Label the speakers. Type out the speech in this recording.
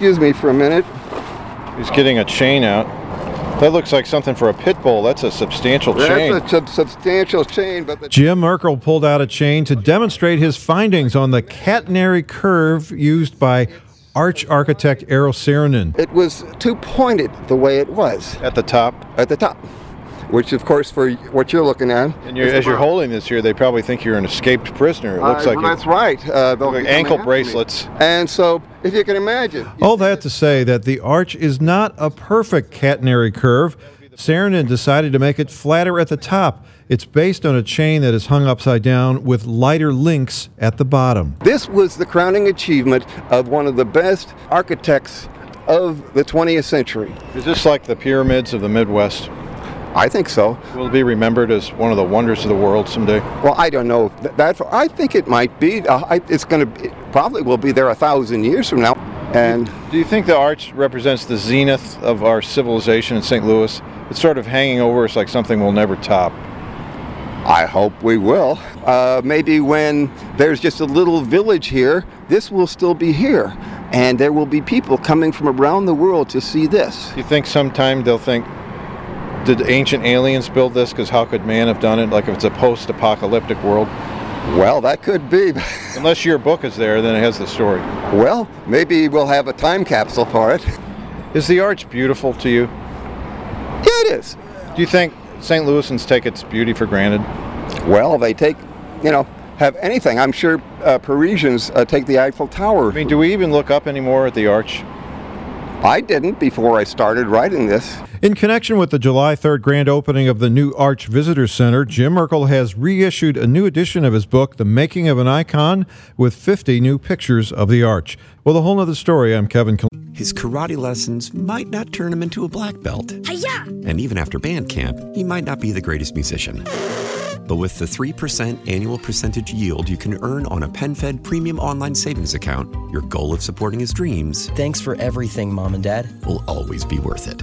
Speaker 1: Excuse me for a minute.
Speaker 2: He's getting a chain out. That looks like something for a pit bull. That's a substantial chain.
Speaker 1: That's a sub- substantial chain, but the
Speaker 3: Jim Merkel pulled out a chain to demonstrate his findings on the catenary curve used by arch architect Errol Saarinen.
Speaker 1: it was too pointed the way it was
Speaker 2: At the top.
Speaker 1: at the top, which of course for what you're looking at.
Speaker 2: And you're,
Speaker 1: is the
Speaker 2: as you're
Speaker 1: bottom.
Speaker 2: holding this here, they probably think you're an escaped prisoner. It looks
Speaker 1: Uh,
Speaker 2: like you-
Speaker 1: that's right. Uh, they'll be
Speaker 2: like
Speaker 1: coming
Speaker 2: ankle
Speaker 1: after me.
Speaker 2: bracelets.
Speaker 1: And so, if you can imagine,
Speaker 3: All that to say that the arch is not a perfect catenary curve. Saarinen decided to make it flatter at the top. It's based on a chain that is hung upside down with lighter links at the bottom.
Speaker 1: this was the crowning achievement of one of the best architects of the 20th century.
Speaker 2: Is this like the pyramids of the Midwest?
Speaker 1: I think so.
Speaker 2: Will it be remembered as one of the wonders of the world someday?
Speaker 1: Well, I don't know if th- that. far. I think it might be. Uh, I, it's going to it probably will be there a thousand years from now. And
Speaker 2: Do you think the arch represents the zenith of our civilization in St. Louis? It's sort of hanging over us like something we'll never top.
Speaker 1: I hope we will. Uh, maybe when there's just a little village here, this will still be here. And there will be people coming from around the world to see this.
Speaker 2: Do you think sometime they'll think, did ancient aliens build this? Because how could man have done it? Like if it's a post apocalyptic world?
Speaker 1: Well, that could be.
Speaker 2: Unless your book is there, then it has the story.
Speaker 1: well, maybe we'll have a time capsule for it. Yeah,
Speaker 2: Is the arch beautiful to you?
Speaker 1: it is.
Speaker 2: Do you think St. Louisans take its beauty for granted?
Speaker 1: Well, they take, you know, have anything. I'm sure uh, Parisians uh, take the Eiffel Tower.
Speaker 2: I mean, do we even look up anymore at the arch?
Speaker 1: I didn't before I started writing this.
Speaker 3: In connection with the July 3rd grand opening of the new Arch Visitor Center, Jim Merkel has reissued a new edition of his book, The Making of an Icon, with 50 new pictures of the arch. Well, a whole nother story. I'm Kevin. Kal-
Speaker 4: His karate lessons might not turn him into a black belt.
Speaker 5: Hiya!
Speaker 4: And even after band camp, he might not be the greatest musician. But with the 3% annual percentage yield you can earn on a PenFed premium online savings account, your goal of supporting his dreams
Speaker 6: Thanks for everything, Mom and Dad.
Speaker 4: will always be worth it.